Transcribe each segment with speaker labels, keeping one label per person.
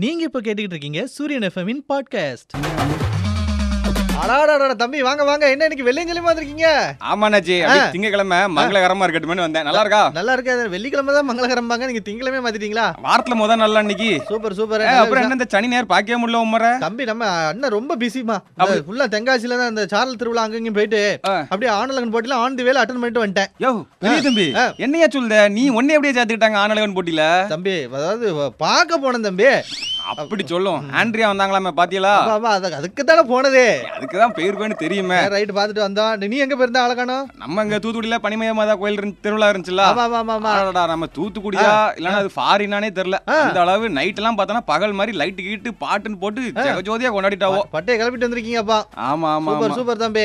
Speaker 1: நீங்க இப்ப கேட்டுக்கிட்டு இருக்கீங்க சூரியன் எஃப்எம்மின் பாட்காஸ்ட்
Speaker 2: அடாடா தம்பி வாங்க வாங்க என்ன இன்னைக்கு வெள்ளியங்கிழமை வந்திருக்கீங்க
Speaker 3: ஆமாண்ணாச்சி திங்கக்கிழமை மங்களகரமா இருக்கட்டும்னு வந்தேன் நல்லா இருக்கா
Speaker 2: நல்லா இருக்கு அது வெள்ளிக்கிழமை தான் மங்களகரம்பாங்க நீங்க திங்கிழமே மாத்திட்டீங்களா
Speaker 3: வாரத்துல முத நாள் அன்னைக்கு
Speaker 2: சூப்பர் சூப்பர்
Speaker 3: ஏ, அப்புறம் என்ன இந்த சனி நேர் பாக்கவே முடியல உமரை
Speaker 2: தம்பி நம்ம அண்ணன் ரொம்ப பிஸிமா ஃபுல்லா தெங்காசியில தான் அந்த சாரல் திருவிழா அங்கங்க போயிட்டு
Speaker 3: ஆ.
Speaker 2: அப்படியே ஆனலகன் போட்டில ஆன் தி வேலை அட்டன் பண்ணிட்டு வந்துட்டேன்
Speaker 3: யோ பெரிய தம்பி
Speaker 2: ஆ.
Speaker 3: என்னையா சொல்லுத நீ ஒன்னே எப்படியே சேர்த்துக்கிட்டாங்க ஆனலகன் போட்டியில
Speaker 2: தம்பி அதாவது பார்க்க போனேன் தம்பி
Speaker 3: அப்படி சொல்லும் ஆண்ட்ரியா வந்தாங்களாமே பாத்தீங்களா
Speaker 2: அதுக்கு தானே போனதே
Speaker 3: அதுக்குதான் பேர் பேனு தெரியுமே
Speaker 2: ரைட் பார்த்துட்டு வந்தோம் நீ எங்க போயிருந்தா அழகானோ
Speaker 3: நம்ம இங்க தூத்துக்குடியில பனிமய மாதா கோயில் இருந்து- திருவிழா இருந்துச்சுல்ல
Speaker 2: ஆமா ஆமா ஆமா, ஆமா
Speaker 3: அடடா, நம்ம தூத்துக்குடியா இல்லனா அது ஃபாரினானே தெரியல அந்த அளவு நைட் எல்லாம் பார்த்தோன்னா பகல் மாதிரி லைட் கீட்டு பாட்டுன்னு போட்டு ஜெகஜோதியா கொண்டாடிட்டாவோ
Speaker 2: பட்டையை கிளப்பிட்டு வந்திருக்கீங்கப்பா
Speaker 3: ஆமா ஆமா
Speaker 2: சூப்பர்
Speaker 3: ஆமா
Speaker 2: சூப்பர் தம்பி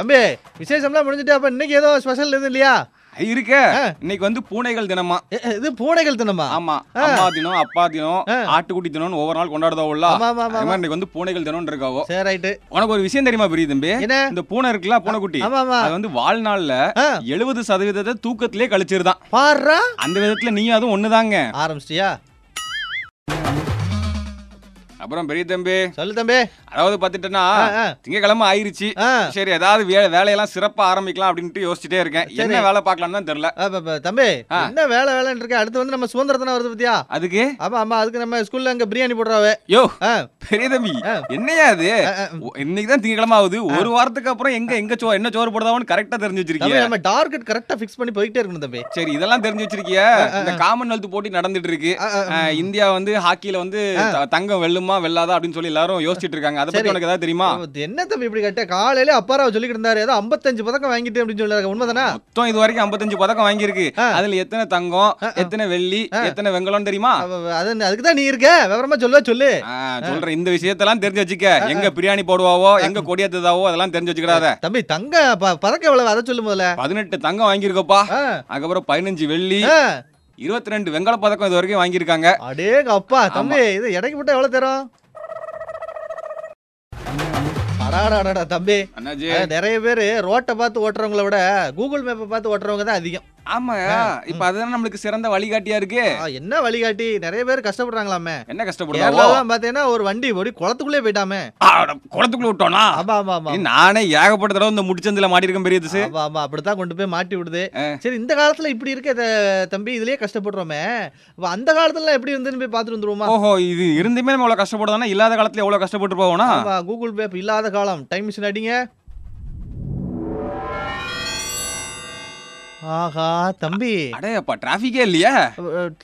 Speaker 2: தம்பி விசேஷம்லாம் முடிஞ்சுட்டு அப்ப இன்னைக்கு ஏதோ ஸ்பெஷல் எதுவும் இல்லையா
Speaker 3: இருக்க இன்னைக்கு வந்து பூனைகள் தினமா
Speaker 2: எ, எ, இது பூனைகள் தினமா
Speaker 3: ஆமா அம்மா தினம் அப்பா தினம் ஆட்டுக்குட்டி தினம்னு ஒவ்வொரு நாள் கொண்டாடுதோம்ல
Speaker 2: ஆமா, ஆமா, ஆமா,
Speaker 3: அது மாதிரி இன்னைக்கு வந்து பூனைகள் தினம்னு இருக்காவோ
Speaker 2: சரி ரைட்டு
Speaker 3: உனக்கு ஒரு விஷயம் தெரியுமா பெரிய தம்பி
Speaker 2: என்ன
Speaker 3: இந்த பூனை இருக்குல்ல பூனைக்குட்டி
Speaker 2: ஆமா ஆமா
Speaker 3: அது வந்து வாழ்நாள்ல
Speaker 2: ஆ.
Speaker 3: எழுபது சதவீதத்தை தூக்கத்திலே கழிச்சிருதான்
Speaker 2: பாருடா
Speaker 3: அந்த விதத்துல நீயும் அதுவும் ஒண்ணுதாங்க
Speaker 2: ஆரம்பிச்சிட்டியா
Speaker 3: அப்புறம் பெரிய தம்பி
Speaker 2: சொல்லு தம்பி
Speaker 3: அதாவது பாத்துட்டேன்னா
Speaker 2: ஆ, ஆ.
Speaker 3: திங்கக்கிழமை ஆயிருச்சு
Speaker 2: ஆ
Speaker 3: சரி ஏதாவது வே- வேலையெல்லாம் சிறப்பா ஆரம்பிக்கலாம் அப்படின்ட்டு யோசிச்சுட்டே இருக்கேன் என்ன வேலை பார்க்கலாம்னு தான் தெரியல
Speaker 2: அப்ப, அப்ப, தம்பி என்ன வேலை வேலைன்னு இருக்க அடுத்து வந்து நம்ம சுதந்திர தினம் வருது பத்தியா
Speaker 3: அதுக்கு
Speaker 2: ஆமா ஆமா அதுக்கு நம்ம ஸ்கூல்ல அங்க பிரியாணி போடுறாவே
Speaker 3: யோ
Speaker 2: ஆ,
Speaker 3: பெரிய தம்பி
Speaker 2: ஆ.
Speaker 3: என்னையா அது
Speaker 2: ஆ, ஆ.
Speaker 3: இன்னைக்கு தான் திங்கக்கிழமை ஆகுது ஒரு வாரத்துக்கு அப்புறம் எங்க எங்க சோ என்ன சோறு போடுதாவோன்னு கரெக்டா தெரிஞ்சு
Speaker 2: தம்பி
Speaker 3: வச்சிருக்கீங்க
Speaker 2: நம்ம டார்கெட் கரெக்டா ஃபிக்ஸ் பண்ணி போயிட்டே இருக்கணும் தம்பி
Speaker 3: சரி இதெல்லாம் தெரிஞ்சு வச்சிருக்கிய இந்த காமன்வெல்த் போட்டி நடந்துட்டு இருக்கு
Speaker 2: ஆ, ஆ,
Speaker 3: அஹ், இந்தியா வந்து ஹாக்கில வந்து த- தங்கம் வெல்லுமா வெல்லாதா அப்படின்னு சொல்லி எல்லாரும் யோசிச்சிட்டு இருக்காங்க அதை
Speaker 2: சரி.
Speaker 3: பத்தி உனக்கு ஏதாவது தெரியுமா
Speaker 2: அப்ப, என்ன தம்பி இப்படி கேட்ட காலையில அப்பாராவை சொல்லிக்கிட்டு இருந்தாரு ஏதோ 55 பதக்கம் வாங்கிட்டு அப்படின்னு சொல்லிருக்காங்க உண்மைதானா
Speaker 3: மொத்தம் இது வரைக்கும் 55 பதக்கம் வாங்கியிருக்கு
Speaker 2: ஆ.
Speaker 3: அதுல எத்தனை தங்கம் எத்தனை வெள்ளி எத்தனை வெங்கலம் தெரியுமா
Speaker 2: அப்ப, அப்ப, அது அதுக்கு தான் நீ இருக்க விவரமா சொல்லுவா சொல்லு
Speaker 3: ஆ, சொல்றேன் இந்த விஷயத்தெல்லாம் தெரிஞ்சு வச்சுக்க எங்க பிரியாணி போடுவாவோ எங்க கொடியேத்துதாவோ அதெல்லாம் தெரிஞ்சு வச்சுக்கிறாத
Speaker 2: தம்பி தங்க ப- பதக்கம் எவ்வளவு அதை சொல்லு முதல்ல
Speaker 3: பதினெட்டு தங்கம் வாங்கியிருக்கப்பா
Speaker 2: ஆ,
Speaker 3: அதுக்கப்புறம் பதினஞ்சு வெள்ளி
Speaker 2: ஆ.
Speaker 3: இருபத்தி ரெண்டு வெங்கல பதக்கம் இது வரைக்கும் வாங்கியிருக்காங்க
Speaker 2: அடேங்க அப்பா தம்பி இது எடைக்கு போட்டா எவ்வளவு தரும் அடாடாடா தம்பி
Speaker 3: அண்ணாஜி
Speaker 2: அதான் நிறைய பேர் ரோட்டை பார்த்து ஓட்டுறவங்கள விட கூகுள் மேப்பை பார்த்து ஓட்டுறவங்க தான் அதிகம்
Speaker 3: ஆமா இப்ப அதுதான் நம்மளுக்கு சிறந்த வழிகாட்டியா இருக்கு
Speaker 2: ஆ, என்ன வழிகாட்டி நிறைய பேர் கஷ்டப்படுறாங்களாமே
Speaker 3: என்ன கஷ்டப்படுறாவோ
Speaker 2: கேரளாலாம் பார்த்தீங்கன்னா ஒரு வண்டி ஓடி குளத்துக்குள்ளே போயிட்டாமே
Speaker 3: அட, குளத்துக்குள்ள விட்டோம்னா
Speaker 2: ஆமா ஆமா ஆமா
Speaker 3: ஏய், நானே ஏகப்பட்ட தடவை இந்த முடிச்சந்தில மாட்டிருக்கேன் பெரிய திசு
Speaker 2: ஆமா ஆமா அப்படித்தான் கொண்டு போய் மாட்டி விடுது சரி இந்த காலத்துல இப்படி இருக்க த- தம்பி இதுலயே கஷ்டப்படுறோமே அப்ப அந்த காலத்துல எப்படி இருந்துன்னு போய் பார்த்துட்டு வந்துருவோமா
Speaker 3: ஓஹோ இது இருந்துமே நம்ம எவ்வளவு கஷ்டப்படுறோம்னா இல்லாத காலத்துல எவ்வளவு கஷ்டப்பட்டு போவோம்னா
Speaker 2: ஆமா கூகுள் மேப் இல்லாத காலம் டைம் மிஷின் அடிங்க ஆஹா தம்பி
Speaker 3: அடே அப்பா டிராபிக்கே இல்லையா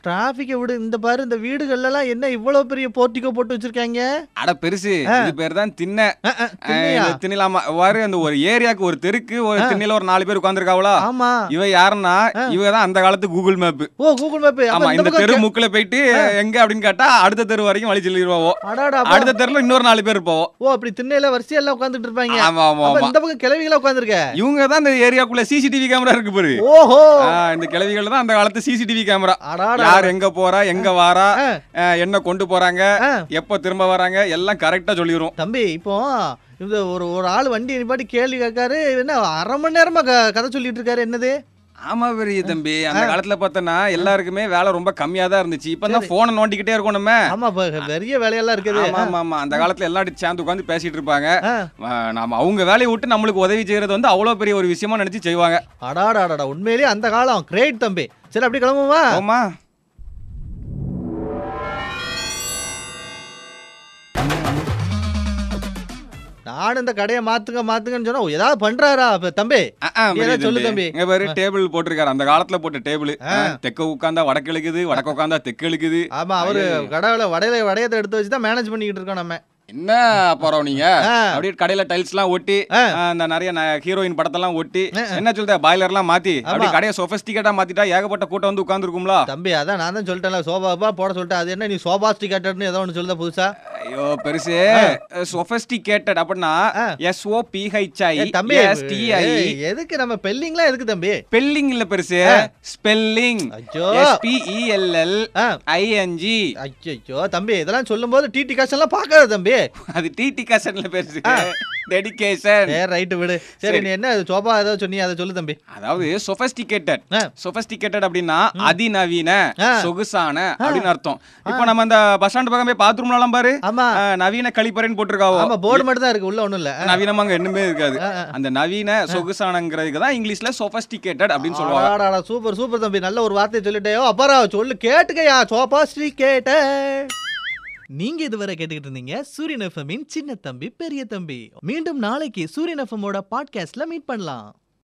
Speaker 2: டிராபிக்கை விடு இந்த பாரு இந்த வீடுகள்ல எல்லாம் என்ன இவ்வளவு பெரிய போர்ட்டிகோ போட்டு வச்சிருக்காங்க
Speaker 3: அட பெருசு இது பேர் தான் திண்ணை
Speaker 2: அஹ், அஹ், திண்ணையா?
Speaker 3: திணிலாமா வாரு அந்த ஒரு ஏரியாக்கு ஒரு தெருக்கு ஒரு திண்ணையில ஒரு நாலு பேர் உட்காந்துருக்காவளா
Speaker 2: ஆமா
Speaker 3: இவ யாருன்னா இவ தான் அந்த காலத்து கூகுள் மேப்
Speaker 2: ஓ கூகுள் மேப்
Speaker 3: ஆமா இந்த தெரு முக்குல போயிட்டு எங்க அப்படின்னு கேட்டா அடுத்த தெரு வரைக்கும் வழி சொல்லிடுவோம்
Speaker 2: அடாடா அப்பா.
Speaker 3: அடுத்த தெருல இன்னொரு நாலு பேர் இருப்போம்
Speaker 2: ஓ அப்படி திண்ணையில வரிசையா எல்லாம் உட்கார்ந்துட்டு இருப்பாங்க
Speaker 3: ஆமா ஆமா
Speaker 2: அப்ப
Speaker 3: ஆமா
Speaker 2: இந்த பக்கம் கிளவிகளா உட்கார்ந்திருக்க
Speaker 3: இவங்க தான் இந்த ஏரியாக்குள்ள சிசிடிவி கேமரா இருக்கு பாரு
Speaker 2: ஓஹோ
Speaker 3: ஆ, இந்த கிழவிகள் தான் அந்த காலத்து சிசிடிவி கேமரா
Speaker 2: அடாடா
Speaker 3: யார் எங்க போறா எங்க வாரா
Speaker 2: ஆ.
Speaker 3: ஆ, என்ன கொண்டு போறாங்க
Speaker 2: ஆ.
Speaker 3: எப்ப திரும்ப வராங்க எல்லாம் கரெக்டா சொல்லிடுவோம்
Speaker 2: தம்பி இப்போ இந்த ஒரு ஒரு ஆள் வண்டி நிப்பாட்டி கேள்வி கேட்காரு என்ன அரை மணி நேரமா க- கதை சொல்லிட்டு இருக்காரு என்னது
Speaker 3: ஆமா பெரிய தம்பி அந்த காலத்துல பார்த்தோன்னா எல்லாருக்குமே வேலை ரொம்ப கம்மியா தான் இருந்துச்சு இப்ப தான் போனை நோண்டிக்கிட்டே இருக்கோம் நம்ம
Speaker 2: ஆமா இப்ப பெரிய வேலையெல்லாம் இருக்குது
Speaker 3: ஆமா ஆமா ஆமா அந்த காலத்துல எல்லாரும் சேர்ந்து உட்காந்து பேசிட்டு இருப்பாங்க
Speaker 2: ஆ.
Speaker 3: ஆ, நாம அவங்க வேலையை விட்டு நம்மளுக்கு உதவி செய்யறது வந்து அவ்வளவு பெரிய ஒரு விஷயமா நினைச்சு செய்வாங்க
Speaker 2: அடாடா அடாடா உண்மையிலேயே அந்த காலம் கிரேட் தம்பி சரி அப்படி கிளம்புமா
Speaker 3: ஆமா
Speaker 2: நானும் இந்த கடையை மாத்துங்க மாத்துங்கன்னு சொன்னா ஓ, ஏதாவது பண்றாரா இப்ப தம்பி
Speaker 3: ஆ, ஆ,
Speaker 2: நீ
Speaker 3: புரியுது
Speaker 2: ஏதாவது சொல்லு தம்பி.
Speaker 3: இங்க பாரு டேபிள் போட்டிருக்காரு அந்த காலத்துல போட்ட டேபிள் தெக்க உட்கார்ந்தா வடக்கு இழுக்குது வடக்கு உட்கார்ந்தா தெக்கு இழுக்குது
Speaker 2: ஆமா அவரு கடையில வடையில வடையத்தை எடுத்து வச்சு தான் மேனேஜ் பண்ணிக்கிட்டு இருக்கோம் நம்ம
Speaker 3: என்ன அப்புறம் நீங்க
Speaker 2: ஆ.
Speaker 3: அப்படியே கடையில டைல்ஸ் எல்லாம் ஒட்டி
Speaker 2: ஆ.
Speaker 3: ஆ, இந்த நிறைய ந- ஹீரோயின் படத்தெல்லாம் ஒட்டி என்ன சொல்ற பாய்லர் எல்லாம் மாத்தி அப்படியே கடையை சொபஸ்டிகேட்டா மாத்திட்டா ஏகப்பட்ட கூட்டம் வந்து உட்கார்ந்துருக்கும்ல
Speaker 2: தம்பி அதான் நான் தான் சொல்லிட்டேன்ல சோபாப்பா போட சொல்லிட்டேன் அது என்ன நீ சோபா ஸ்டிக்கர்னு ஏதோ ஒன்று சொல்லுதா புதுசா
Speaker 3: ஐயோ பெருசு சொபஸ்டிகேட்டட் அப்படின்னா
Speaker 2: ஆ.
Speaker 3: S O P H I
Speaker 2: ஏ, தம்பி
Speaker 3: எஸ் டி ஐ
Speaker 2: ஏய், எதுக்கு நம்ம பெல்லிங்லாம் எதுக்கு தம்பி
Speaker 3: ஸ்பெல்லிங் இல்ல பெருசு ஸ்பெல்லிங்
Speaker 2: ஐயோ.
Speaker 3: S P E L L
Speaker 2: ஆ.
Speaker 3: ஐஎன்ஜி
Speaker 2: ஐயோ தம்பி இதெல்லாம் சொல்லும்போது டிடி காசெல்லாம் பார்க்காத தம்பி
Speaker 3: அது டிடி கசன்ல பெருசு டெடிகேஷன்
Speaker 2: சரி ரைட்டு விடு சரி நீ என்ன சோபா ஏதாவது சொன்னி அதை சொல்லு தம்பி
Speaker 3: அதாவது சொபஸ்டிகேட்டட்
Speaker 2: ஆ.
Speaker 3: சொபஸ்டிகேட்டட் அப்படின்னா அதிநவீன
Speaker 2: ஆ.
Speaker 3: சொகுசான அப்படின்னு அர்த்தம் இப்போ நம்ம அந்த பஸ் ஸ்டாண்ட் பக்கம் போய் பாத்ரூம்லாம் பாரு
Speaker 2: ஆமா
Speaker 3: ஆ, நவீன கழிப்பறைன்னு போட்டிருக்காவோ
Speaker 2: ஆமா போர்டு மட்டும் தான் இருக்கு உள்ள ஒண்ணும் இல்ல
Speaker 3: நவீனமாங்க என்னமே இருக்காது அந்த நவீன சொகுசானங்கிறதுக்கு தான் இங்கிலீஷ்ல சொபஸ்டிகேட்டட் அப்படின்னு சொல்லுவாங்க
Speaker 2: ஆடாடா சூப்பர் சூப்பர் தம்பி நல்ல ஒரு வார்த்தையை சொல்லிட்டேயோ அப்பாரா சொல்லு கேட்டுக்கயா சோபா ஸ்ரீ கேட்ட
Speaker 1: நீங்க இதுவரை கேட்டுக்கிட்டு இருந்தீங்க சூரியன் எஃப்எம்மின் சின்ன தம்பி பெரிய தம்பி மீண்டும் நாளைக்கு சூரியன் எஃப்எம்மோட பாட்காஸ்ட்ல மீட் பண்ணலாம்